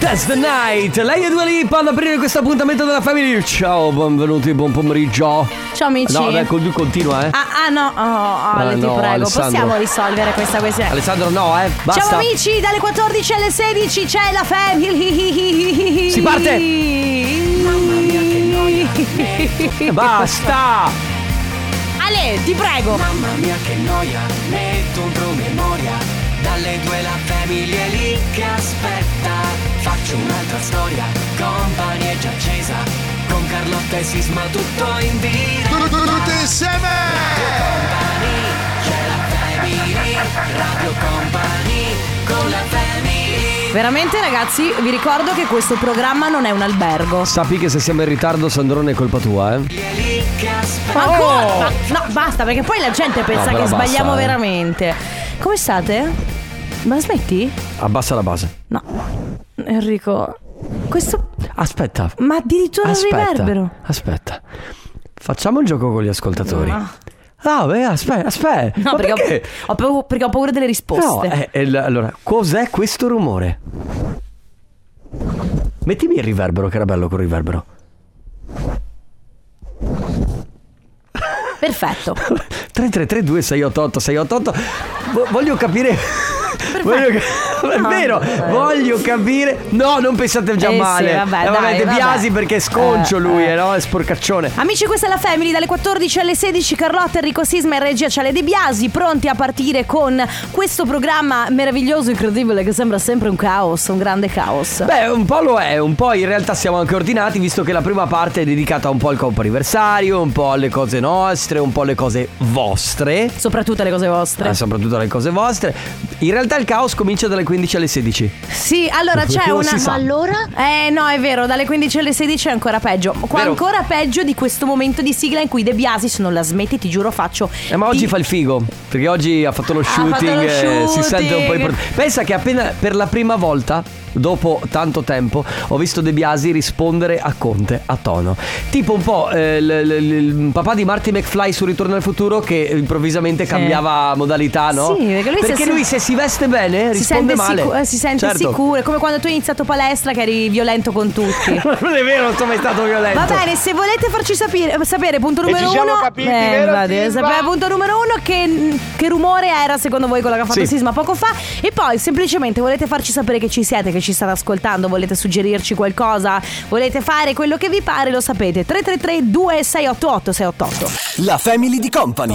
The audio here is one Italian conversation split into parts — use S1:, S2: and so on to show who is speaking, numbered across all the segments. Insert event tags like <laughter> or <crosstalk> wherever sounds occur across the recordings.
S1: That's the night. Lei è Dua Lipa ad aprire questo appuntamento della famiglia. Ciao, benvenuti, buon pomeriggio.
S2: Ciao amici.
S1: No, beh, col- continua, eh.
S2: Ah, ah, no, oh, Ale,
S1: Ah,
S2: ti
S1: no,
S2: prego,
S1: Alessandro.
S2: possiamo risolvere questa questione.
S1: Alessandro, no, eh. Basta.
S2: Ciao amici, dalle 14 alle 16 c'è la family.
S1: <laughs> Si parte.
S2: Mamma mia che noia.
S1: <laughs> Basta.
S2: <laughs> Ale, ti prego.
S3: Mamma mia che noia, metto un promemoria Dalle due la famiglia è lì che aspetta Faccio un'altra storia, compagnia è già accesa Con Carlotta e Sisma tutto in diretta
S4: Tutti insieme!
S3: C'è la family, Radio Company Con la family
S2: Veramente ragazzi, vi ricordo che questo programma non è un albergo.
S1: Sappi che se siamo in ritardo, Sandrone, è colpa tua, eh.
S3: è lì che aspetta
S2: Ma ancora? Ma- no, basta perché poi la gente pensa
S1: Oh. però
S2: che
S1: basta,
S2: sbagliamo
S1: eh.
S2: veramente. Come state? Ma smetti?
S1: Abbassa la base.
S2: No. Enrico, questo
S1: Aspetta.
S2: ma addirittura il
S1: Aspetta.
S2: riverbero.
S1: Aspetta. Facciamo il gioco con gli ascoltatori. Ah, beh, aspetta, aspetta.
S2: No,
S1: Ma
S2: perché,
S1: perché?
S2: Ho, ho paura- perché ho paura delle risposte.
S1: No, eh, eh, l- allora, cos'è questo rumore? Mettimi il riverbero, che era bello col riverbero.
S2: Perfetto.
S1: <laughs> 3332 688 688 Vo- Voglio capire Voglio ca- è
S2: No,
S1: vero,
S2: vabbè.
S1: voglio capire. No, non pensate già
S2: Eh sì,
S1: male.
S2: vabbè,
S1: Eh,
S2: dai,
S1: De
S2: vabbè.
S1: Biasi perché è sconcio
S2: Eh,
S1: lui,
S2: eh.
S1: eh, no? È sporcaccione.
S2: Amici, questa è la Family dalle 14 alle 16. Carlotta, Enrico Sisma e regia Ciale De Biasi, pronti a partire con questo programma meraviglioso, incredibile, che sembra sempre un caos, un grande caos.
S1: Beh, un po' lo è, un po' in realtà siamo anche ordinati, visto che la prima parte è dedicata un po' al comp'anniversario, un po' alle cose nostre, un po' alle cose vostre.
S2: Soprattutto le cose vostre.
S1: Eh, soprattutto alle cose vostre. In realtà il caos comincia dalle 15 alle 16.
S2: Sì, allora c'è
S1: Non
S2: una.
S1: si sa. Ma
S2: allora? Eh, no, è vero, dalle 15 alle 16 è ancora peggio. Qua
S1: Vero.
S2: ancora peggio di questo momento di sigla in cui De Biasi, se non la smetti, ti giuro, faccio.
S1: Eh, ma
S2: di-
S1: oggi fa il figo, perché oggi ha fatto lo shooting,
S2: fatto lo
S1: eh, si
S2: shooting.
S1: sente un po' importante. Pensa che appena per la prima volta, dopo tanto tempo, ho visto De Biasi rispondere a Conte a tono. Tipo un po' eh, l- l- l- il papà di Marty McFly su Ritorno al futuro che improvvisamente cambiava modalità, no?
S2: Sì, perché lui se si-
S1: lui se si veste bene
S2: Si sente,
S1: risponde male.
S2: sicu- eh, si sente
S1: Certo.
S2: sicuro, è come quando tu hai iniziato palestra che eri violento con tutti.
S1: <laughs> non è vero, non sono mai stato violento.
S2: Va bene, se volete farci sapere, sapere punto numero
S4: ci siamo
S2: uno.
S4: capiti, vero,
S2: vado a sapere, punto numero uno che, che rumore era secondo voi quello che ha fatto
S1: Sì.
S2: Sisma poco fa. E poi semplicemente volete farci sapere che ci siete, che ci state ascoltando, volete suggerirci qualcosa, volete fare quello che vi pare, lo sapete. 333 2688 688
S1: La family di company.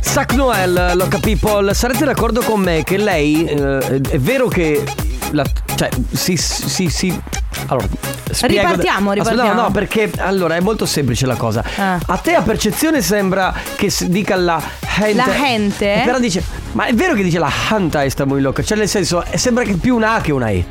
S1: Sac Noel, Loca People, sarete d'accordo con me che lei eh, è vero che la- cioè si si si allora spiego-
S2: Ripartiamo, ripartiamo.
S1: Aspetta, no, no, perché allora è molto semplice la cosa.
S2: Ah.
S1: A te a percezione sembra che si dica la gente.
S2: La gente?
S1: Però dice "Ma è vero che dice la hanta esta muy loca", cioè nel senso eh, sembra che più una A che una E.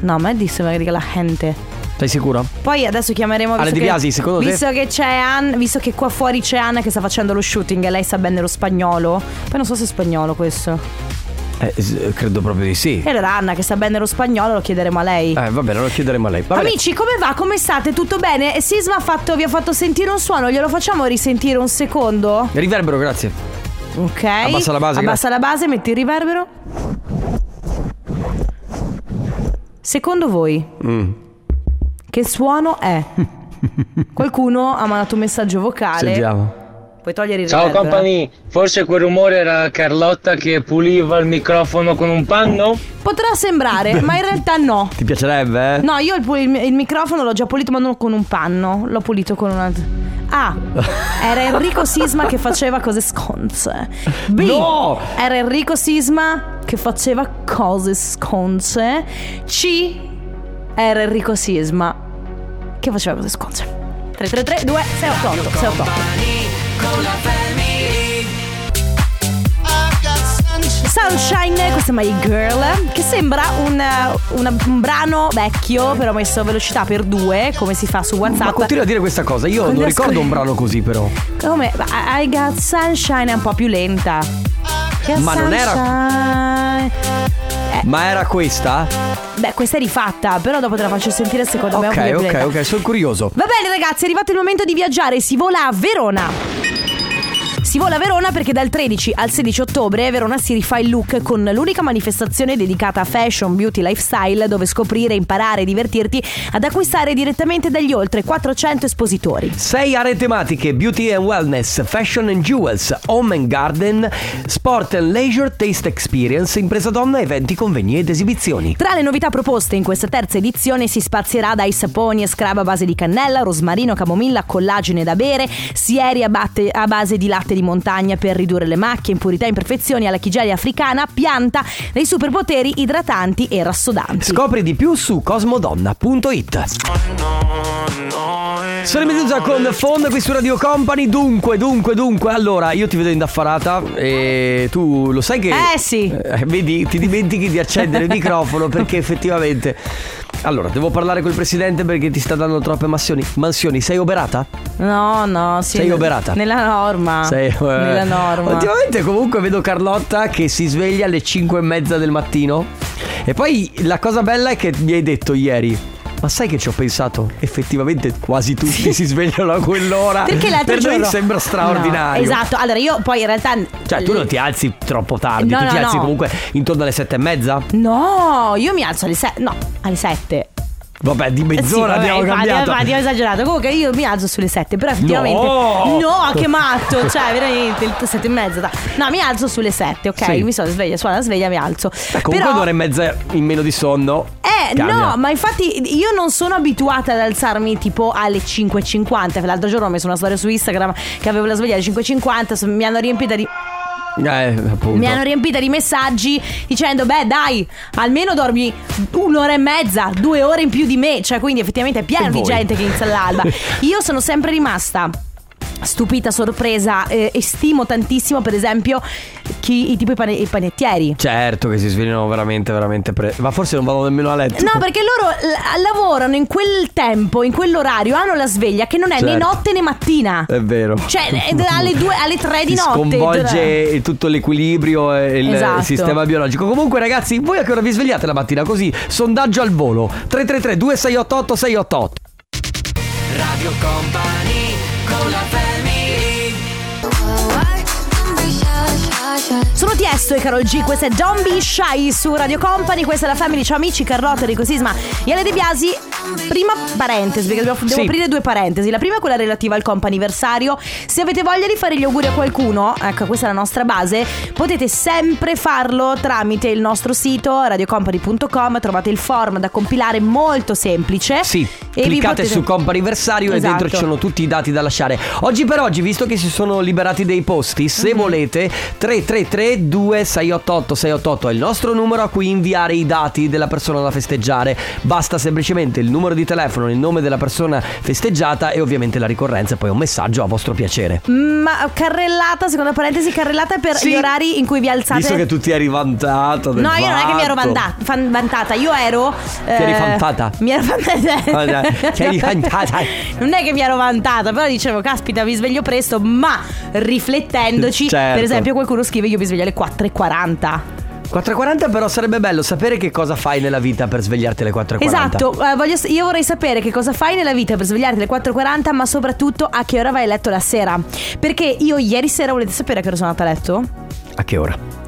S2: No, ma è di sembra che dica la gente.
S1: Sei sicuro?
S2: Poi adesso chiameremo
S1: Ale
S2: visto
S1: Di
S2: che-
S1: Biasi, secondo te?
S2: visto Che c'è Ann, visto che qua fuori c'è Anna che sta facendo lo shooting e lei sa bene lo spagnolo. Poi non so se è spagnolo questo.
S1: Eh, s- credo proprio di sì.
S2: E allora Anna che sa bene lo spagnolo lo chiederemo a lei.
S1: Eh, va bene, lo chiederemo a lei. Va bene.
S2: Amici, come va? Come state? Tutto bene? E Sisma ha fatto- vi ha fatto sentire un suono, glielo facciamo risentire un secondo?
S1: Riverbero, grazie.
S2: Ok.
S1: Abbassa la base,
S2: Abbassa la base, metti il riverbero. Secondo voi,
S1: Mm.
S2: che suono è? <laughs> Qualcuno ha mandato un messaggio vocale.
S1: Sentiamo.
S2: Puoi togliere il eh?
S5: Ciao
S2: riverbero.
S5: compagni, forse quel rumore era Carlotta che puliva il microfono con un panno?
S2: Potrà <laughs> sembrare, ma in realtà no.
S1: Ti piacerebbe, eh?
S2: No, io il, pu- il mi- il microfono l'ho già pulito, ma non con un panno. L'ho pulito con un altro. <laughs> A. Era Enrico Sisma che faceva cose sconce. B.
S1: No!
S2: Era Enrico Sisma che faceva cose sconce. C. Era Enrico Sisma che faceva cose sconce. 333 2688 688 Sunshine, questa è My Girl, che sembra un, eh, una- un brano vecchio, però messo a velocità per due, come si fa su
S1: Ma
S2: WhatsApp.
S1: continua a dire questa cosa. Io non
S2: Quando
S1: ricordo
S2: ascol-
S1: un brano così, però.
S2: Come I I got sunshine è un po' più lenta.
S1: Ma non era-
S2: era.
S1: Ma era questa?
S2: Beh, questa è rifatta, però dopo te la faccio sentire secondo me un po'
S1: ok,
S2: più
S1: ok,
S2: lenta.
S1: ok, sono curioso.
S2: Va bene ragazzi, è arrivato il momento di viaggiare, si vola a Verona. Si vola a Verona perché dal 13 al 16 ottobre Verona si rifà il look con l'unica manifestazione dedicata a fashion, beauty, lifestyle dove scoprire, imparare e divertirti ad acquistare direttamente dagli oltre 400 espositori.
S1: Sei aree tematiche, beauty and wellness, fashion and jewels, home and garden, sport and leisure, taste experience, impresa donna, eventi, convegni ed esibizioni.
S2: Tra le novità proposte in questa terza edizione si spazierà dai saponi e scrub a base di cannella, rosmarino, camomilla, collagene da bere, sieri a, batte- a base di latte di montagna per ridurre le macchie, impurità, imperfezioni alla chigelia africana, pianta dei superpoteri idratanti e rassodanti.
S1: Scopri di più su cosmodonna.it. Sono Medusa con Fond qui su Radio Company. Dunque, dunque, dunque. Allora, io ti vedo indaffarata e tu lo sai che.
S2: Eh, sì.
S1: Eh, vedi, ti dimentichi di accendere il
S2: <laughs>
S1: microfono perché effettivamente. Allora, devo parlare col presidente perché ti sta dando troppe mansioni. Mansioni, sei oberata?
S2: No, no, sì.
S1: Sei oberata?
S2: Nella norma.
S1: Sei eh,
S2: Nella norma.
S1: Ultimamente comunque vedo Carlotta che si sveglia alle 5 e mezza del mattino. E poi la cosa bella è che mi hai detto ieri. Ma sai che ci ho pensato? Effettivamente quasi tutti si svegliano a quell'ora.
S2: Perché l'altro
S1: per
S2: giorno
S1: noi sembra straordinario.
S2: No, esatto. Allora io poi in realtà
S1: Cioè, tu non ti alzi troppo tardi,
S2: No,
S1: tu ti
S2: no,
S1: alzi
S2: no.
S1: comunque intorno alle sette e mezza.
S2: No, io mi alzo alle 7. No, alle 7.
S1: Vabbè, di
S2: Eh
S1: mezz'ora abbiamo cambiato.
S2: abbiamo esagerato. Comunque io mi alzo sulle 7, però effettivamente
S1: No!
S2: No, che matto, cioè veramente il 7 e mezza. dai. No, mi alzo sulle 7, ok?
S1: Sì.
S2: Mi sono sveglia, suona la sveglia, mi alzo.
S1: Beh, comunque
S2: però...
S1: un'ora e mezza in meno di sonno.
S2: Eh
S1: cambia.
S2: no, ma infatti io non sono abituata ad alzarmi tipo alle 5.50. L'altro giorno ho messo una storia su Instagram che avevo la sveglia alle 5.50, so- mi hanno riempita di...
S1: Eh, appunto.
S2: Mi hanno riempita di messaggi dicendo beh dai almeno dormi un'ora e mezza, due ore in più di me, cioè quindi effettivamente è
S1: E
S2: pieno di
S1: voi?
S2: gente che inizia
S1: <laughs>
S2: all'alba. Io sono sempre rimasta stupita, sorpresa eh, e stimo tantissimo per esempio chi, i, tipo i, pane- i panettieri.
S1: Certo che si svegliano veramente, veramente pre... Ma forse non vanno nemmeno a letto.
S2: No, perché loro l- lavorano in quel tempo, in quell'orario, hanno la sveglia che non è né
S1: Certo.
S2: notte né mattina.
S1: È vero.
S2: Cioè, è da- alle, due, alle tre di
S1: Ti
S2: notte.
S1: sconvolge tutto l'equilibrio e il
S2: Esatto.
S1: sistema biologico. Comunque, ragazzi, voi a che ora vi svegliate la mattina? Così, sondaggio al volo: 333 2688 688
S3: Radio Company con la family
S2: Sono Tiesto e Carol G, questa è Don't Be Shy su Radio Company, questa è la Family, ciao amici, Carlotta, Enrico Sisma, Iale De Biasi. Prima parentesi, perché dobbiamo, devo
S1: Sì.
S2: aprire due parentesi. La prima è quella relativa al comp'anniversario. Se avete voglia di fare gli auguri a qualcuno, ecco, questa è la nostra base, potete sempre farlo tramite il nostro sito radiocompany.com, trovate il form da compilare molto semplice.
S1: Sì,
S2: E vi
S1: cliccate
S2: potete-
S1: su compa anniversario e
S2: Esatto.
S1: dentro ci sono tutti i dati da lasciare. Oggi per oggi, visto che si sono liberati dei posti, se
S2: Mhm.
S1: volete 333 2688 688 è il nostro numero a cui inviare i dati della persona da festeggiare. Basta semplicemente il numero di telefono, il nome della persona festeggiata e ovviamente la ricorrenza e poi un messaggio a vostro piacere.
S2: Ma carrellata, seconda parentesi, carrellata per
S1: Sì.
S2: gli orari in cui vi alzate.
S1: Visto che tu ti eri vantata del
S2: No, io non è che mi ero
S1: fatto.
S2: vanda- fan- vantata, io ero. eh,
S1: eri fantata?
S2: Mi ero fantata.
S1: <laughs> Ah, dai, ti eri fantata.
S2: <laughs> Non è che mi ero vantata, però dicevo, caspita, vi sveglio presto, ma riflettendoci,
S1: Certo.
S2: per esempio, qualcuno scrive, io mi sveglio alle 4.40.
S1: 4.40 però sarebbe bello sapere che cosa fai nella vita per svegliarti alle 4.40.
S2: Esatto, eh, voglio s- io vorrei sapere che cosa fai nella vita per svegliarti alle 4.40, ma soprattutto a che ora vai a letto la sera. Perché io ieri sera, volete sapere a che ora sono andata a letto?
S1: A che ora?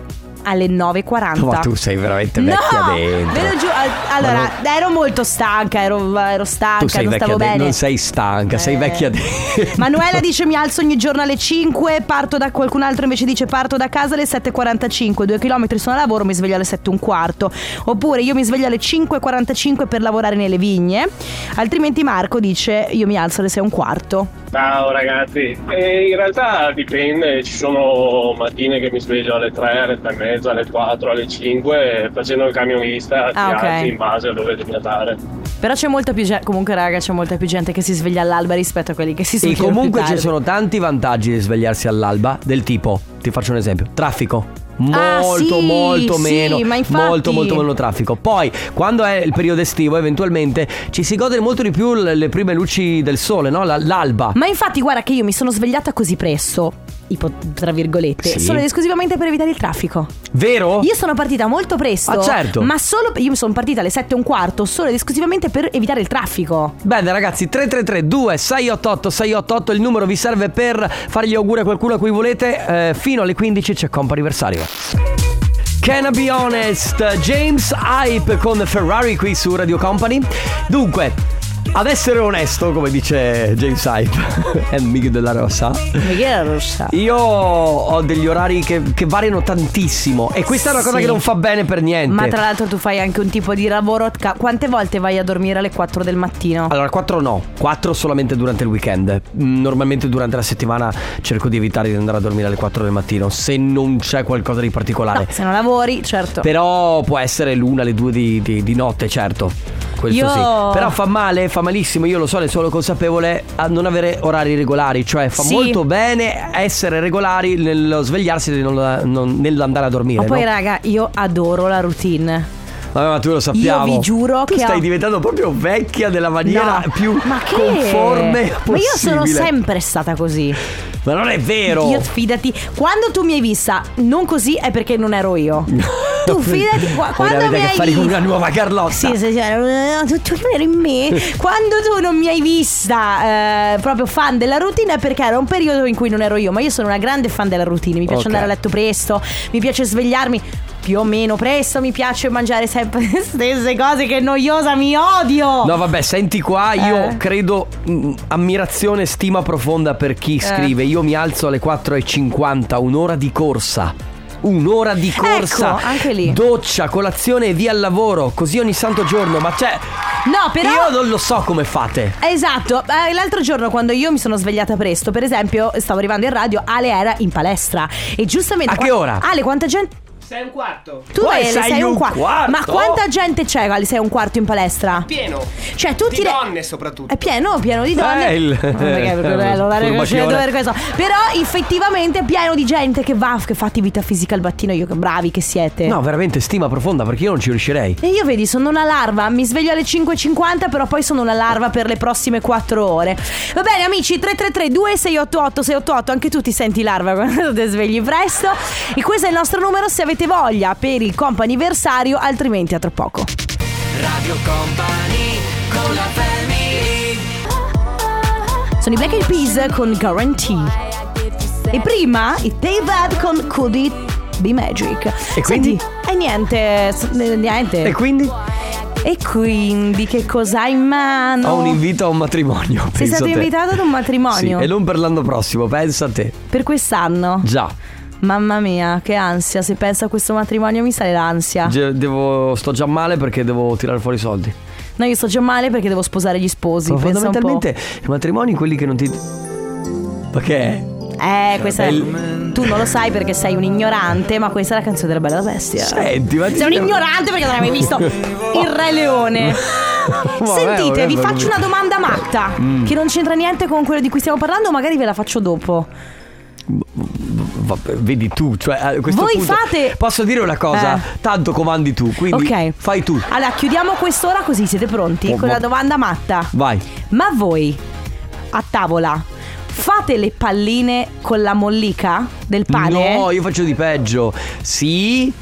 S2: Alle 9.40.
S1: No, ma tu sei veramente vecchia
S2: no,
S1: dentro.
S2: ve lo giuro. al- Allora,
S1: Ma
S2: ero molto stanca, ero, ero stanca,
S1: Tu sei
S2: non
S1: vecchia
S2: stavo
S1: de-
S2: bene.
S1: non sei <laughs> stanca, sei
S2: Eh.
S1: vecchia
S2: <laughs>
S1: dentro.
S2: Manuela dice mi alzo ogni giorno alle 5, parto da qualcun altro invece dice parto da casa alle 7.45, due chilometri sono a lavoro, mi sveglio alle 7.15. Oppure io mi sveglio alle 5.45 per lavorare nelle vigne, altrimenti Marco dice io mi alzo alle 6.15.
S6: Ciao ragazzi, Eh, in realtà dipende, ci sono mattine che mi sveglio alle 3, alle 3 e mezza, alle 4, alle 5, facendo il camionista ti
S2: Ah, ok.
S6: alzi in base a dove devi andare.
S2: Però c'è molta più gente, comunque raga c'è molta più gente che si sveglia all'alba rispetto a quelli che si
S1: E
S2: svegliano più
S1: comunque ci
S2: tardi.
S1: sono tanti vantaggi di svegliarsi all'alba, del tipo, ti faccio un esempio, traffico.
S2: Ah,
S1: Molto,
S2: sì,
S1: molto
S2: sì,
S1: meno.
S2: ma infatti-
S1: Molto, molto meno traffico. Poi, quando è il periodo estivo, eventualmente ci si gode molto di più le le prime luci del sole, no? La- L'alba.
S2: Ma infatti, guarda che io mi sono svegliata così presto, ipo- tra virgolette,
S1: Sì.
S2: solo ed esclusivamente per evitare il traffico.
S1: Vero?
S2: Io sono partita molto presto.
S1: Ah, certo.
S2: Ma solo. Io sono partita alle 7 e un quarto, solo ed esclusivamente per evitare il traffico.
S1: Bene ragazzi 333 2688 688 il numero vi serve per fargli auguri a qualcuno a cui volete Eh, fino alle 15 c'è compa anniversario. Can I be honest? James Hype con Ferrari qui su Radio Company. Dunque, ad essere onesto, come dice James Hype <laughs> e Miguel della Rossa, io ho degli orari che, che variano tantissimo e questa è una cosa
S2: Sì.
S1: che non fa bene per niente.
S2: Ma tra l'altro tu fai anche un tipo di lavoro. ca- Quante volte vai a dormire alle 4 del mattino?
S1: Allora, 4 no, 4 solamente durante il weekend. Mm, Normalmente durante la settimana cerco di evitare di andare a dormire alle 4 del mattino, se non c'è qualcosa di particolare.
S2: No, se non lavori, certo.
S1: Però può essere l'una, le due di, di- di notte, certo. Questo
S2: Io-
S1: sì. Però fa male, fa malissimo, io lo so, ne sono consapevole a non avere orari regolari. Cioè fa
S2: Sì.
S1: molto bene essere regolari nello svegliarsi e non- non- nell'andare a dormire.
S2: Ma poi,
S1: no?
S2: raga, io adoro la routine.
S1: Vabbè, ma tu lo sappiamo.
S2: vi giuro
S1: tu
S2: che
S1: stai
S2: ho-
S1: diventando proprio vecchia della maniera
S2: No,
S1: più
S2: ma che?
S1: conforme possibile.
S2: Ma io sono sempre stata così.
S1: Ma non è vero.
S2: Io fidati, quando tu mi hai vista non così è perché non ero
S1: <laughs>
S2: io. Tu fidati, qua-
S1: Voi
S2: quando
S1: avete
S2: mi
S1: a che
S2: hai
S1: fare
S2: vista
S1: con una nuova Carlotta.
S2: Sì, sì, sì, eh, tu, tu non eri in
S1: <laughs>
S2: me. Quando tu non mi hai vista eh, proprio fan della routine è perché era un periodo in cui non ero io, ma io sono una grande fan della routine, mi piace
S1: Ok.
S2: andare a letto presto, mi piace svegliarmi più o meno presto, mi piace mangiare sempre <laughs> le stesse cose che noiosa mi odio.
S1: No, vabbè, senti qua, io
S2: Eh.
S1: credo mh, ammirazione e stima profonda per
S2: Eh.
S1: chi scrive. Io mi alzo alle 4.50, un'ora di corsa. Un'ora di corsa.
S2: Ecco, anche lì.
S1: Doccia, colazione e via al lavoro. Così ogni santo giorno. Ma cioè.
S2: No, però
S1: Io non lo so come fate.
S2: Esatto, Eh, l'altro giorno quando io mi sono svegliata presto, per esempio, stavo arrivando in radio, Ale era in palestra e giustamente...
S1: A che ora?
S2: Ale, quanta gente...
S7: Sei un quarto.
S2: Tu
S1: Poi
S2: Ale,
S1: sei
S2: sei
S1: un
S2: un
S1: quarto?
S2: Ma quanta gente c'è alle sei e un quarto in palestra?
S7: Pieno.
S2: Cioè, tutti...
S7: Di
S2: le-
S7: donne soprattutto.
S2: È Eh, pieno, pieno di donne.
S1: Eh, il-
S2: Non perché, perché bello, dare
S1: Sul
S2: coscienza
S1: bacione.
S2: per questo. Però effettivamente è pieno di gente che va, che fa attività fisica al mattino, io che bravi che siete.
S1: No, veramente stima profonda perché io non ci riuscirei.
S2: E io vedi, sono una larva, mi sveglio alle 5.50, però poi sono una larva per le prossime 4 ore. Va bene amici, 333-2688-688, anche tu ti senti larva quando ti svegli presto. E questo è il nostro numero se avete voglia per il comp anniversario, altrimenti a tra poco. Sono i Black Eyed Peas con Guarantee. E prima i Take That con Could It Be Magic. E
S1: quindi?
S2: e niente, s- niente.
S1: E quindi
S2: E quindi che cosa hai in mano?
S1: ho un invito a un matrimonio.
S2: Sei
S1: pensa
S2: stato
S1: a te.
S2: invitato ad un matrimonio
S1: Sì, e non per l'anno prossimo, pensa a te.
S2: per quest'anno.
S1: Già.
S2: Mamma mia, che ansia. Se penso a questo matrimonio mi sale l'ansia.
S1: Ge- devo- sto già male perché devo tirare fuori i soldi.
S2: No, io sto già male perché devo sposare gli sposi.
S1: Ma
S2: pensa un po'.
S1: fondamentalmente i matrimoni quelli che non ti. Perché?
S2: Eh, questa è.
S1: Cioè, il-
S2: Tu non lo sai perché sei un ignorante, ma questa è la canzone della Bella e la Bestia.
S1: Senti, ma
S2: Sei un ignorante perché non hai mai visto Il Re Leone. Sentite,
S1: <laughs> vabbè,
S2: vi
S1: vabbè. Mm.
S2: faccio una domanda matta che non c'entra niente con quello di cui stiamo parlando, magari ve la faccio dopo.
S1: Vabbè, vedi tu, cioè a questo
S2: Voi
S1: punto-
S2: fate-
S1: Posso dire una cosa?
S2: Eh.
S1: Tanto comandi tu, quindi
S2: ok.
S1: fai tu.
S2: Allora, chiudiamo quest'ora così siete pronti
S1: Oh,
S2: con
S1: ma-
S2: la domanda matta.
S1: Vai.
S2: Ma voi a tavola fate le palline con la mollica del pane?
S1: No, io faccio di peggio. Sì.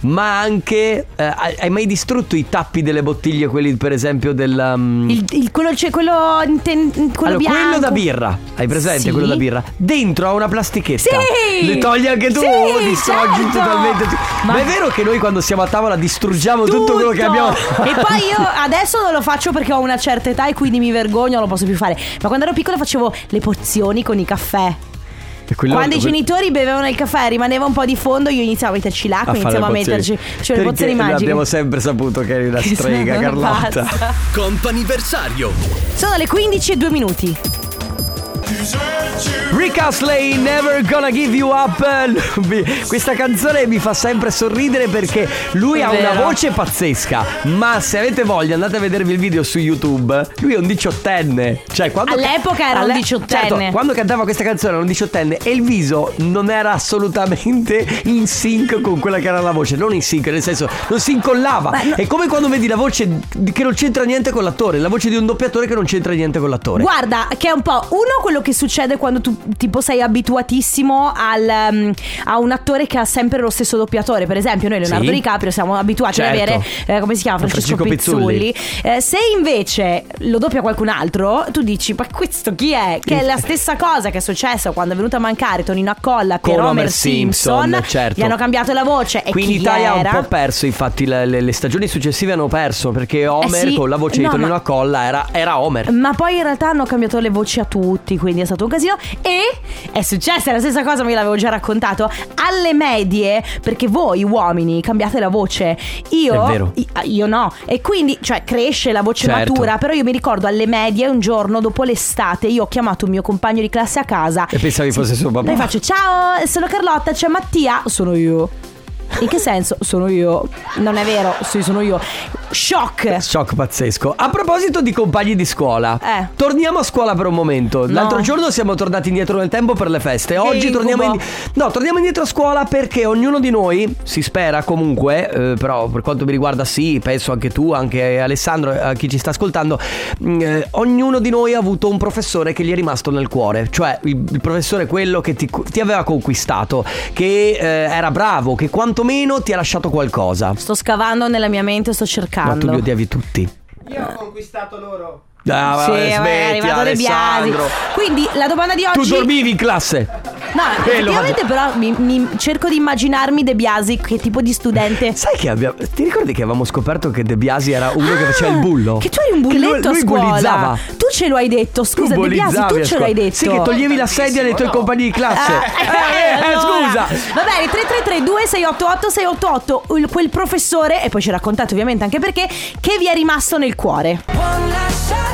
S1: Ma anche eh, hai hai mai distrutto i tappi delle bottiglie, quelli per esempio del um,
S2: Il, il- quello, cioè, quello, inten- quello
S1: allora,
S2: bianco.
S1: quello da birra, hai presente
S2: Sì.
S1: quello da birra? Dentro a una plastichetta.
S2: Sì!
S1: Le togli anche tu,
S2: Sì,
S1: oh, distruggi
S2: certo!
S1: totalmente. tu- Ma...
S2: Ma-
S1: è vero che noi quando siamo a tavola distruggiamo tutto, quello che abbiamo. <laughs>
S2: E poi io adesso non lo faccio perché ho una certa età e quindi mi vergogno, non lo posso più fare. Ma quando ero piccola facevo le pozioni con i caffè.
S1: E quello-
S2: Quando i
S1: quello-
S2: genitori bevevano il caffè, rimaneva un po' di fondo, io iniziavo a metterci l'acqua,
S1: fare
S2: iniziavo a
S1: le pozioni.
S2: metterci cioè le
S1: Perché
S2: pozioni magiche.
S1: Abbiamo sempre saputo che eri una
S2: Che <laughs>
S1: strega,
S2: sono
S1: Carlotta.
S2: pazza.
S1: Comp'anniversario.
S2: Sono le 15 e 2 minuti.
S4: Desert you
S1: Rick Astley, Never Gonna Give You Up. Lui- Questa canzone mi fa sempre sorridere perché lui ha una
S2: Vero.
S1: voce pazzesca. Ma se avete voglia, andate a vedervi il video su YouTube. Lui è un diciottenne. Cioè, quando
S2: All'epoca era un diciottenne.
S1: Certo, quando cantava questa canzone era un diciottenne e il viso non era assolutamente in sync con quella che era la voce. Non in sync, nel senso, non si incollava. È come quando vedi la voce di- che non c'entra niente con l'attore, la voce di un doppiatore che non c'entra niente con l'attore.
S2: Guarda, che è un po' uno quello che succede quando tu tipo sei abituatissimo al, um, a un attore che ha sempre lo stesso doppiatore. Per esempio, noi Leonardo
S1: Sì.
S2: DiCaprio siamo abituati
S1: Certo.
S2: ad avere eh, come si chiama Francesco,
S1: Francesco
S2: Pizzulli. Eh, se invece lo doppia qualcun altro, tu dici "Ma questo chi è?" Che è la stessa cosa che è successa quando è venuta a mancare Tonino Accolla per
S1: Con
S2: Homer,
S1: Homer Simpson,
S2: Simpson.
S1: certo.
S2: Gli hanno cambiato la voce Cioè, e
S1: Qui in
S2: chi
S1: Italia
S2: era?
S1: ha un po' perso, infatti, le, le- le stagioni successive hanno perso perché Homer
S2: Eh sì.
S1: con la voce
S2: No,
S1: di Tonino
S2: ma- Ehm,
S1: a Colla era, era Homer.
S2: Ma poi in realtà hanno cambiato le voci a tutti, quindi è stato un casino. E è successa la stessa cosa, ma io l'avevo già raccontato. Alle medie, perché voi uomini cambiate la voce. Io,
S1: È vero.
S2: i- ah, io no. E quindi, cioè, cresce la voce
S1: Certo.
S2: matura. Però io mi ricordo alle medie, un giorno dopo l'estate, io ho chiamato il mio compagno di classe a casa.
S1: E pensavi fosse suo papà.
S2: Poi faccio, ciao, sono Carlotta, c'è Mattia. Sono io. In che senso? Sono io. Non è vero, sì, sono io. Shock.
S1: Shock pazzesco. A proposito di compagni di scuola,
S2: Eh.
S1: torniamo a scuola per un momento. L'altro giorno siamo tornati indietro nel tempo per le feste. Oggi
S2: incubo.
S1: torniamo, indi- no, torniamo indietro a scuola perché ognuno di noi, si spera comunque, eh, però per quanto mi riguarda sì, penso anche tu, anche Alessandro, a chi ci sta ascoltando, mh, eh, ognuno di noi ha avuto un professore che gli è rimasto nel cuore. Cioè il, il professore quello che ti, ti aveva conquistato, che eh, era bravo, che quantomeno ti ha lasciato qualcosa.
S2: Sto scavando nella mia mente, sto cercando.
S1: Ma tu li odiavi tutti. Io ho
S2: Sì,
S1: conquistato loro. Ah, vabbè,
S2: vabbè, è
S1: smetti,
S2: arrivato De Biasi.
S1: Alessandro.
S2: Quindi la domanda di oggi.
S1: Tu dormivi in classe.
S2: No,
S1: Quello
S2: effettivamente, però mi, mi- cerco di immaginarmi De Biasi, che tipo di studente.
S1: Sai che abbiamo. Ti ricordi che avevamo scoperto che De Biasi era uno che
S2: Ah,
S1: faceva il bullo?
S2: Che tu eri un
S1: Che
S2: bulletto
S1: lui, lui
S2: a scuola.
S1: bullizzava.
S2: Tu ce lo hai detto, scusa,
S1: tu
S2: De Biasi, tu
S1: bullizzavi a
S2: ce
S1: scuola.
S2: lo hai detto.
S1: Sì, che toglievi la sedia dai tuoi compagni di classe.
S2: Ah,
S1: Eh, eh,
S2: allora.
S1: scusa.
S2: Va bene, 333 2688 688 il- quel professore e poi ci raccontate ovviamente anche perché che vi è rimasto nel cuore.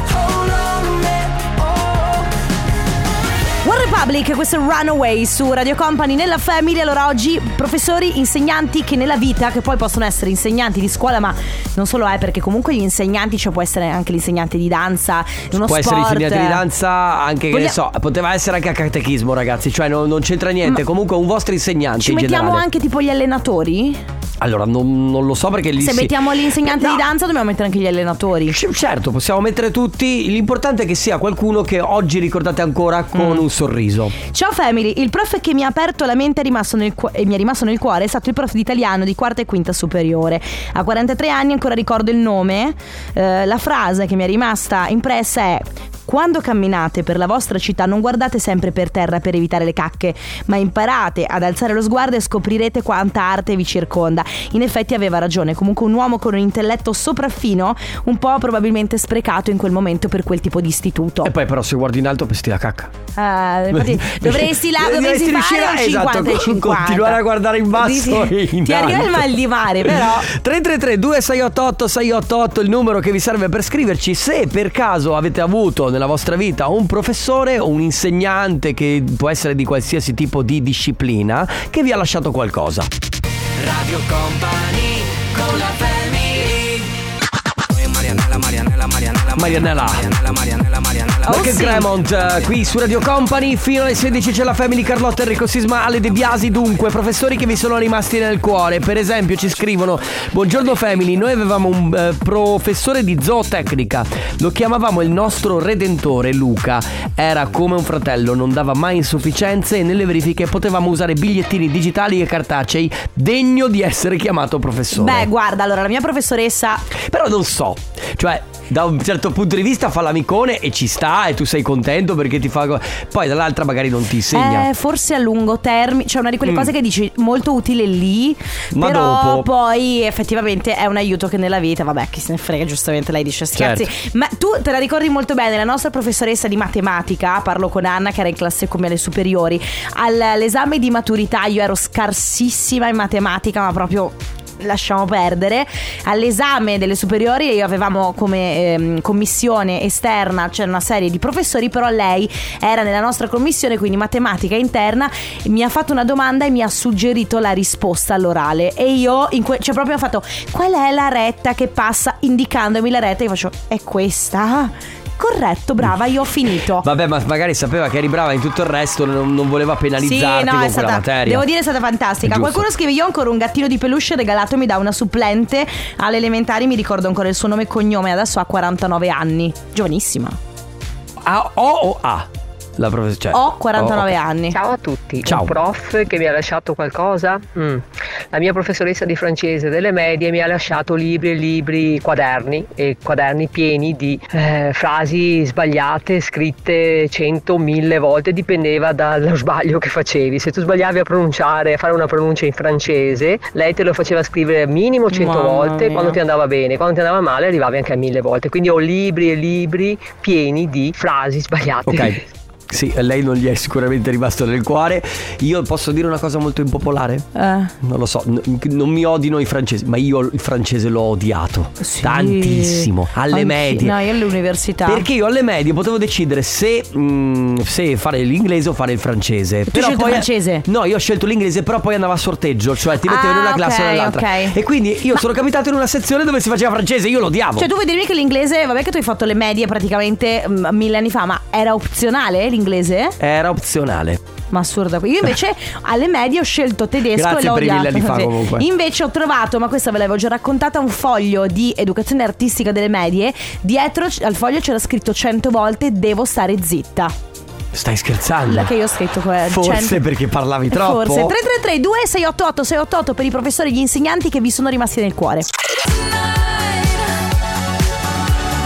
S2: One Republic, questo è Runaway su Radio Company nella Family. Allora oggi professori, insegnanti che nella vita, che poi possono essere insegnanti di scuola, ma non solo è perché comunque gli insegnanti, cioè può essere anche l'insegnante di danza, uno sport.
S1: Può
S2: eh.
S1: essere insegnante di danza anche, che ne
S2: Vogliamo-
S1: so, poteva essere anche a catechismo, ragazzi. Cioè, non, non c'entra niente. Comunque, un vostro insegnante
S2: Ci
S1: in
S2: mettiamo
S1: generale.
S2: anche tipo gli allenatori?
S1: Allora, non, non lo so perché lì
S2: Se
S1: si-
S2: mettiamo l'insegnante
S1: No,
S2: di danza dobbiamo mettere anche gli allenatori.
S1: C- Certo, possiamo mettere tutti. L'importante è che sia qualcuno che oggi ricordate ancora con un sorriso.
S2: Ciao family, il prof che mi ha aperto la mente è rimasto nel cu- e mi è rimasto nel cuore è stato il prof di italiano di quarta e quinta superiore. A 43 anni ancora ricordo il nome. Eh, la frase che mi è rimasta impressa è quando camminate per la vostra città non guardate sempre per terra per evitare le cacche, ma imparate ad alzare lo sguardo e scoprirete quanta arte vi circonda. In effetti aveva ragione, comunque un uomo con un intelletto sopraffino, un po' probabilmente sprecato in quel momento per quel tipo di istituto.
S1: E poi, però, se guardi in alto, pesti la cacca.
S2: Ah,
S1: <laughs>
S2: infatti, dovresti, la, dovresti
S1: riuscire a-
S2: fare un 50
S1: esatto,
S2: e 50.
S1: continuare a guardare in basso.
S2: Ti,
S1: e <laughs> in
S2: ti arriva
S1: alto.
S2: il mal di mare,
S1: <laughs>
S2: però.
S1: 333 2688 688 il numero che vi serve per scriverci se per caso avete avuto nella vostra vita un professore o un insegnante che può essere di qualsiasi tipo di disciplina che vi ha lasciato qualcosa.
S3: Radio Company con la family
S1: Marianella. Michael Cremont eh, qui su Radio Company fino alle 16 c'è la Family Carlotta Enrico Sisma Ale De Biasi dunque professori che vi sono rimasti nel cuore per esempio ci scrivono buongiorno Family noi avevamo un eh, professore di zootecnica lo chiamavamo il nostro redentore Luca era come un fratello non dava mai insufficienze e nelle verifiche potevamo usare bigliettini digitali e cartacei degno di essere chiamato professore
S2: Beh, guarda, allora la mia professoressa.
S1: però non so, cioè, da un certo punto di vista fa l'amicone e ci sta e tu sei contento perché ti fa. go- Poi dall'altra magari non ti insegna.
S2: eh, forse a lungo termine, cioè una di quelle
S1: Mm.
S2: cose che dici molto utile lì,
S1: Ma
S2: però
S1: dopo?
S2: poi effettivamente è un aiuto che nella vita, vabbè, chi se ne frega, giustamente lei dice scherzi. Ma tu te la ricordi molto bene, la nostra professoressa di matematica, parlo con Anna che era in classe come alle superiori, all'esame di maturità io ero scarsissima in matematica, ma proprio lasciamo perdere. All'esame delle superiori avevamo come ehm, commissione esterna, c'era una serie di professori, però lei era nella nostra commissione, quindi matematica interna, mi ha fatto una domanda e mi ha suggerito la risposta all'orale. E io, in que- cioè proprio ho fatto, qual è la retta che passa indicandomi la retta? Io faccio, è questa? Corretto, brava, io ho finito.
S1: Vabbè, ma magari sapeva che eri brava in tutto il resto, non, non voleva penalizzarti con
S2: è
S1: quella
S2: stata,
S1: materia.
S2: Devo dire è stata fantastica.
S1: Giusto.
S2: Qualcuno scrive: Io ho ancora un gattino di peluche regalato mi da una supplente alle elementari. Mi ricordo ancora il suo nome e cognome. Adesso ha 49 anni. Giovanissima.
S1: Eh, A O o A? La professoressa. cioè,
S2: Ho 49
S1: o-
S7: <laughs>
S2: anni.
S7: Ciao a tutti,
S1: Ciao.
S7: un prof che vi ha lasciato qualcosa? Mm. La mia professoressa di francese delle medie mi ha lasciato libri e libri, quaderni e quaderni pieni di eh, frasi sbagliate, scritte cento, mille volte, dipendeva dallo sbaglio che facevi. Se tu sbagliavi a pronunciare, a fare una pronuncia in francese, lei te lo faceva scrivere minimo cento
S2: Mamma
S7: volte,
S2: mia.
S7: quando ti andava bene, quando ti andava male arrivavi anche a mille volte. Quindi ho libri e libri pieni di frasi sbagliate.
S2: <laughs>
S7: <laughs>
S1: Ok. Sì, lei non gli è sicuramente rimasto nel cuore. Io posso dire una cosa molto impopolare?
S2: Eh.
S1: Non lo so, n- non mi odino i francesi, ma io il francese l'ho odiato
S2: Sì.
S1: tantissimo alle
S2: Anch'io.
S1: medie.
S2: No, io all'università.
S1: Perché io alle medie potevo decidere se, mm, se fare l'inglese o fare il francese. Tu
S2: hai scelto il francese?
S1: No, io ho scelto l'inglese, però poi andava a sorteggio, cioè ti mettevo in
S2: Ah,
S1: una classe
S2: ok,
S1: o nell'altra.
S2: ok.
S1: E quindi io sono capitato in una sezione dove si faceva francese, io lo odiavo.
S2: Cioè, tu vuoi dirmi che l'inglese, vabbè, che tu hai fatto le medie praticamente mm, mille anni fa, ma era opzionale l'inglese?
S1: Era opzionale.
S2: Ma assurda. Io
S1: <laughs>
S2: invece alle medie ho scelto tedesco
S1: Grazie
S2: e l'ho
S1: per i
S2: odiato.
S1: mille anni
S2: <laughs>
S1: fa,
S2: Sì.
S1: comunque.
S2: Invece ho trovato, ma questa ve l'avevo già raccontata, un foglio di educazione artistica delle medie. Dietro c- al foglio c'era scritto 100 volte devo stare zitta.
S1: Stai scherzando?
S2: La che io ho scritto que-
S1: Forse
S2: 100
S1: perché parlavi troppo.
S2: Forse 333 2688 688 per i professori e gli insegnanti che vi sono rimasti nel cuore.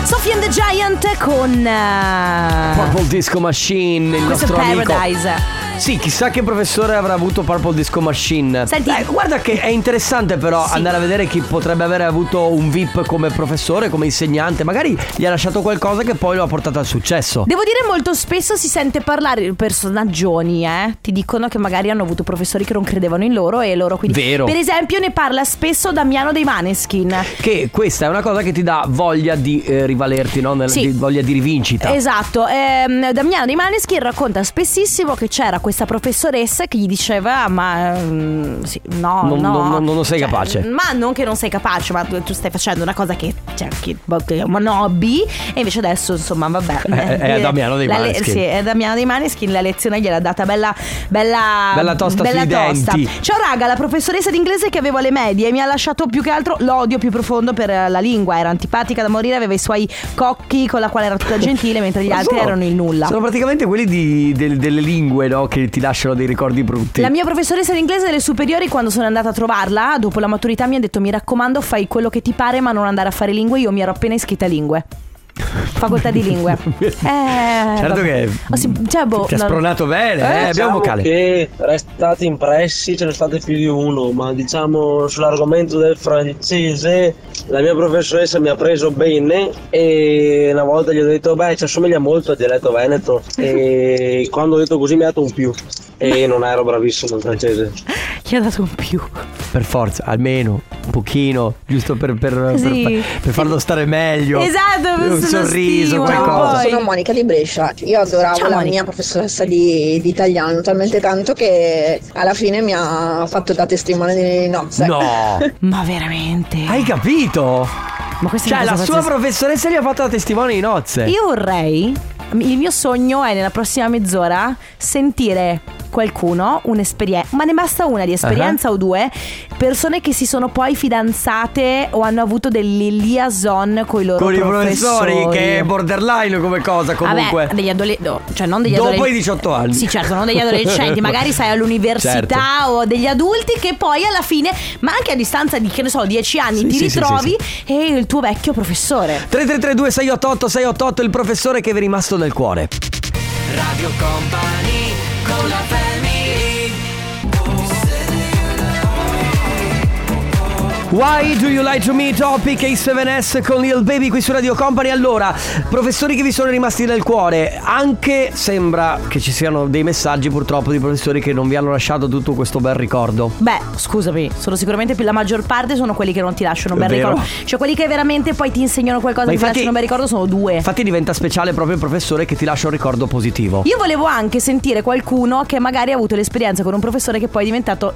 S2: Sophie and the Giant con eh,
S1: Purple Disco Machine, il
S2: questo
S1: nostro amico.
S2: Paradise.
S1: Sì, chissà che professore avrà avuto Purple Disco Machine.
S2: Senti-
S1: Beh, guarda che è interessante però andare a vedere chi potrebbe aver avuto un VIP come professore, come insegnante. Magari gli ha lasciato qualcosa che poi lo ha portato al successo.
S2: Devo dire molto spesso si sente parlare di personaggioni, eh. Ti dicono che magari hanno avuto professori che non credevano in loro e loro quindi
S1: Vero.
S2: Per esempio ne parla spesso Damiano dei Maneskin.
S1: Che questa è una cosa che ti dà voglia di eh, rivalerti, no? Nel-
S2: Sì.
S1: di- voglia di rivincita.
S2: Esatto, ehm, Damiano dei Maneskin racconta spessissimo che c'era questa professoressa che gli diceva ma ehm, sì, no,
S1: Non-
S2: no, Cioè,
S1: non- non- non sei capace."
S2: Ma non che non sei capace, ma tu, tu stai facendo una cosa che, cioè, che, che è un hobby e invece adesso insomma vabbè.
S1: <laughs> È- è
S2: Eh,
S1: Damiano dei
S2: la
S1: Maneskin.
S2: sì, è Damiano dei Maneskin la lezione gliel'ha data bella bella
S1: Bella tosta
S2: bella
S1: sui
S2: tosta.
S1: denti.
S2: Ciao raga, la professoressa d'inglese che avevo alle medie mi ha lasciato più che altro l'odio più profondo per eh, la lingua, era antipatica da morire, aveva i suoi cocchi con la quale era tutta gentile mentre
S1: <laughs>
S2: gli
S1: Ma
S2: altri
S1: sono-
S2: erano il nulla.
S1: Sono praticamente quelli di- del- delle lingue, no? Che ti lasciano dei ricordi brutti.
S2: La mia professoressa d'inglese delle superiori, quando sono andata a trovarla, dopo la maturità mi ha detto: Mi raccomando, fai quello che ti pare, ma non andare a fare lingue. Io mi ero appena iscritta a lingue. Facoltà di
S1: <laughs>
S2: lingue. Eh,
S1: Certo
S2: vabbè.
S1: che
S2: Oh, sì, cioè, boh,
S1: ti ha
S2: no.
S1: spronato bene, eh, abbiamo un vocale.
S8: Diciamo che restate impressi ce ne state più di uno, ma diciamo sull'argomento del francese la mia professoressa mi ha preso bene e una volta gli ho detto beh ci assomiglia molto al
S1: <laughs>
S8: dialetto veneto e quando ho detto così mi ha dato un più e non ero bravissimo in francese.
S2: Gli ha dato un più.
S1: Per forza, almeno un pochino, giusto per, per-
S2: Sì.
S1: per- per farlo stare meglio.
S2: Esatto, per
S1: un
S2: sullo
S1: sorriso,
S2: stimolo,
S1: qualcosa.
S2: poi.
S9: Sono Monica di Brescia, io adoravo
S2: Ciao,
S9: la
S2: Monica.
S9: mia professoressa di, di italiano talmente tanto che alla fine mi ha fatto da testimone di nozze.
S1: Cioè, No,
S2: <laughs> Ma veramente.
S1: hai capito?
S2: Ma questa
S1: Cioè,
S2: è una
S1: la
S2: cosa
S1: sua
S2: pazzesca.
S1: professoressa gli ha fatto la testimone di nozze.
S2: Io vorrei. Il mio sogno è nella prossima mezz'ora sentire qualcuno, un'esperienza, ma ne basta una di esperienza o due, persone che si sono poi fidanzate o hanno avuto delle liaison con i loro
S1: Con i
S2: professori.
S1: professori, che è borderline come cosa, comunque.
S2: Vabbè, degli adolescenti, cioè non degli
S1: Dopo
S2: adolescenti.
S1: i 18 anni.
S2: Sì, certo, non degli
S1: <laughs>
S2: adolescenti, magari sai all'università
S1: Certo.
S2: o degli adulti che poi alla fine, ma anche a distanza di che ne so, 10 anni
S1: Sì,
S2: ti
S1: sì, sì,
S2: ritrovi e il tuo vecchio professore.
S1: 3332 688 688 il professore che vi è rimasto nel cuore.
S3: Radio Company con la family
S1: Why do you lie to me? Topic Ace7S con Lil Baby qui su Radio Company. Allora, professori che vi sono rimasti nel cuore, anche sembra che ci siano dei messaggi purtroppo di professori che non vi hanno lasciato tutto questo bel ricordo.
S2: Beh, scusami, sono sicuramente la maggior parte sono quelli che non ti lasciano un bel
S1: Vero.
S2: ricordo. Cioè quelli che veramente poi ti insegnano qualcosa
S1: Ma
S2: e ti
S1: infatti-
S2: lasciano un bel ricordo sono due.
S1: Infatti diventa speciale proprio il professore che ti lascia un ricordo positivo.
S2: Io volevo anche sentire qualcuno che magari ha avuto l'esperienza con un professore che poi è diventato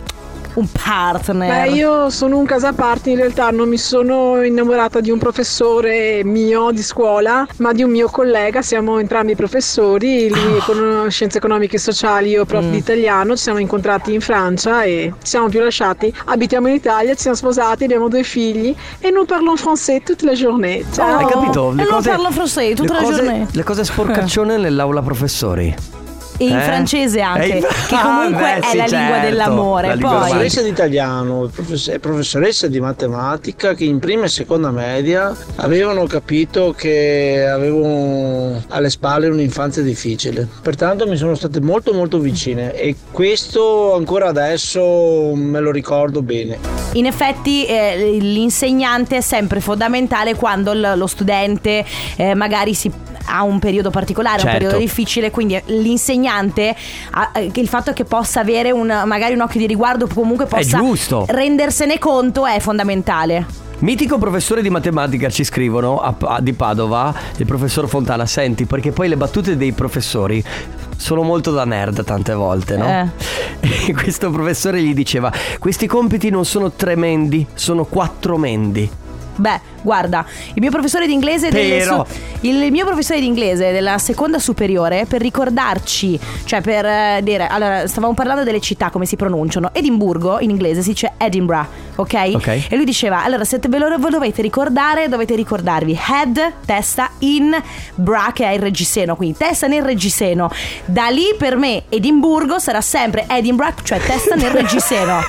S2: un partner.
S10: Beh, io sono un caso a parte, in realtà non mi sono innamorata di un professore mio di scuola, ma di un mio collega, siamo entrambi professori, lui è con eh, scienze economiche e sociali, io prof di italiano, ci siamo incontrati in Francia e ci siamo più lasciati, abitiamo in Italia, ci siamo sposati, abbiamo due figli e non parlo français tutta la journée. Ciao!
S1: Hai capito?
S2: e non parlo francese tutta
S1: le
S2: la
S1: cose-
S2: giornata.
S1: Le cose
S2: Eh.
S1: sporcaccione nell'aula professori.
S2: E in
S1: Eh?
S2: francese anche,
S1: E in-
S2: che comunque
S1: <laughs> Ah, beh,
S2: è
S1: sì,
S2: la lingua
S1: certo,
S2: dell'amore.
S1: la lingua
S2: Poi-
S1: romantica.
S8: professoressa di italiano e profess- e professoressa di matematica che in prima e seconda media avevano capito che avevo alle spalle un'infanzia difficile. Pertanto mi sono state molto molto vicine e questo ancora adesso me lo ricordo bene.
S2: In effetti eh, l'insegnante è sempre fondamentale quando l- lo studente eh, magari si- ha un periodo particolare, un
S1: Certo.
S2: periodo difficile, quindi eh, l'insegnante, ha- eh, il fatto che possa avere un, magari un occhio di riguardo, comunque possa
S1: giusto.
S2: rendersene conto è fondamentale.
S1: Mitico professore di matematica ci scrivono a- a- di Padova, il professor Fontana, senti perché poi le battute dei professori sono molto da nerd tante volte, no? <laughs> E questo professore gli diceva, questi compiti non sono tre mendi, sono quattro mendi.
S2: Beh, guarda, il mio professore di inglese delle
S1: Però.
S2: il mio professore di inglese della seconda superiore per ricordarci, cioè per eh, dire, allora stavamo parlando delle città come si pronunciano. Edimburgo in inglese si dice Edinburgh, ok?
S1: Ok.
S2: E lui diceva, allora se te- ve lo ve lo dovete ricordare, dovete ricordarvi head, testa in bra che è il reggiseno, quindi testa nel reggiseno. Da lì per me Edimburgo sarà sempre Edinburgh, cioè testa
S1: <laughs>
S2: nel reggiseno.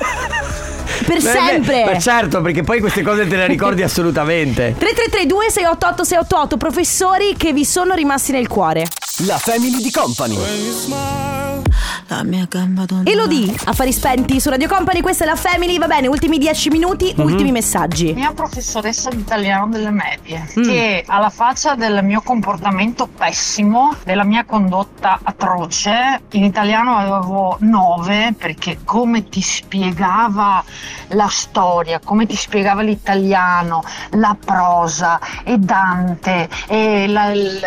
S2: Per
S1: Beh,
S2: sempre.
S1: beh, Ma certo, perché poi queste cose te le ricordi assolutamente.
S2: 3332 688 688 professori che vi sono rimasti nel cuore.
S1: La family di company.
S2: Elodie, affari spenti su Radio Company, questa è la Family, va bene, ultimi 10 minuti,
S1: Mhm.
S2: ultimi messaggi.
S11: mia professoressa di italiano delle medie che alla faccia del mio comportamento pessimo, della mia condotta atroce, in italiano avevo 9 perché come ti spiegava la storia, come ti spiegava l'italiano, la prosa e Dante e la- l-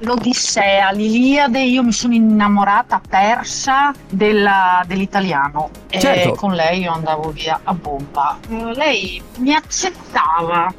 S11: l'Odissea, l'Iliade, io mi sono innamorata persa della- dell'italiano
S1: Certo.
S11: e con lei io andavo via a bomba. Eh, Lei mi accettava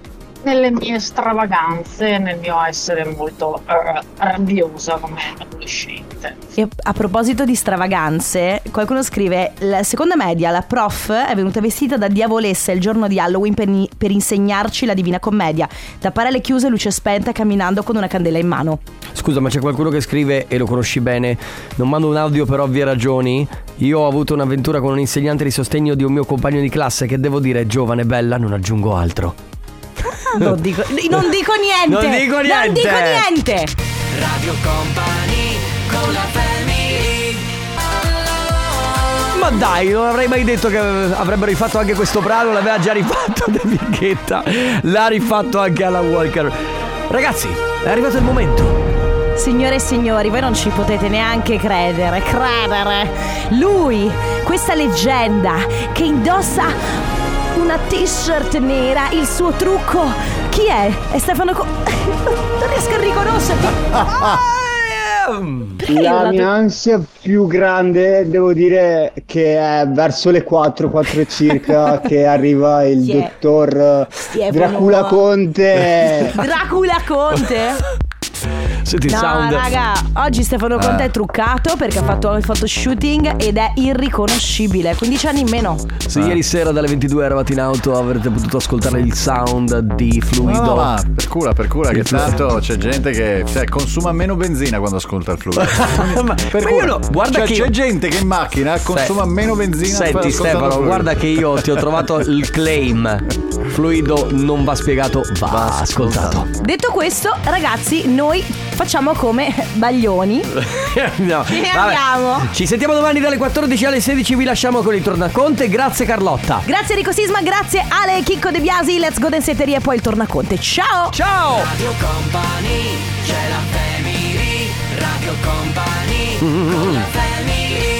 S11: nelle mie stravaganze, nel mio essere molto eh, rabbiosa come adolescente.
S2: E a proposito di stravaganze, qualcuno scrive, la seconda media, la prof è venuta vestita da diavolessa il giorno di Halloween per, per insegnarci la Divina Commedia, da parole chiuse, luce spenta, camminando con una candela in mano.
S1: Scusa, ma c'è qualcuno che scrive e lo conosci bene. Non mando un audio per ovvie ragioni. Io ho avuto un'avventura con un insegnante di sostegno di un mio compagno di classe che devo dire è giovane e bella, non aggiungo altro.
S2: Non dico, non dico niente!
S1: Ah. Non dico niente.
S2: Non dico niente!
S1: Ma dai, non avrei mai detto che avrebbero rifatto anche questo brano, l'aveva già rifatto <laughs> De Vighetta, l'ha rifatto anche alla Walker. Ragazzi, è arrivato il momento.
S2: Signore e signori, voi non ci potete neanche credere, credere. Lui, questa leggenda che indossa una t-shirt nera, il suo trucco. Chi è? È Stefano Co... <laughs> non riesco a riconoscerti. Ah, Perché
S12: La
S2: urla-
S12: mia ansia più grande devo dire che è verso le 4, 4
S2: <laughs>
S12: circa che arriva il
S2: Chi è?
S12: dottor eh,
S2: Stefano
S12: Dracula
S2: Noa.
S12: Conte.
S2: <laughs> Dracula Conte?
S1: Senti <laughs> il
S2: No,
S1: sound.
S2: raga, oggi Stefano Conte
S1: Ah.
S2: è truccato perché ha fatto il photoshooting ed è irriconoscibile. 15 anni in meno.
S1: Se
S13: Eh.
S1: ieri sera dalle 22 eravate in auto avrete potuto ascoltare il sound di Fluido.
S13: No, no, ma per cura, per cura, che
S1: Sì, sì.
S13: tanto c'è gente che cioè, consuma meno benzina quando ascolta il
S1: <laughs>
S13: fluido.
S1: ma,
S13: <laughs> Per
S1: ma
S13: cura.
S1: io no, guarda
S13: Cioè,
S1: che
S13: c'è gente che in macchina consuma
S1: Se-
S13: meno benzina
S1: Senti
S13: ascoltando il
S1: Stefano,
S13: fluido.
S1: guarda che io ti ho trovato il claim. Fluido non va spiegato, va, ascoltato.
S2: Detto questo, ragazzi, noi facciamo come <laughs> Baglioni.
S1: <laughs> no,
S2: Ci ne
S1: vabbè.
S2: andiamo.
S1: Ci sentiamo domani dalle 14 alle 16. Vi lasciamo con il tornaconte. Grazie, Carlotta.
S2: Grazie Rico Sisma, grazie Ale, Chicco De Biasi, Let's Go Densetteria e poi il Tornaconte. Ciao!
S1: Ciao!
S3: Radio Company, c'è la family, Radio Company, con la family.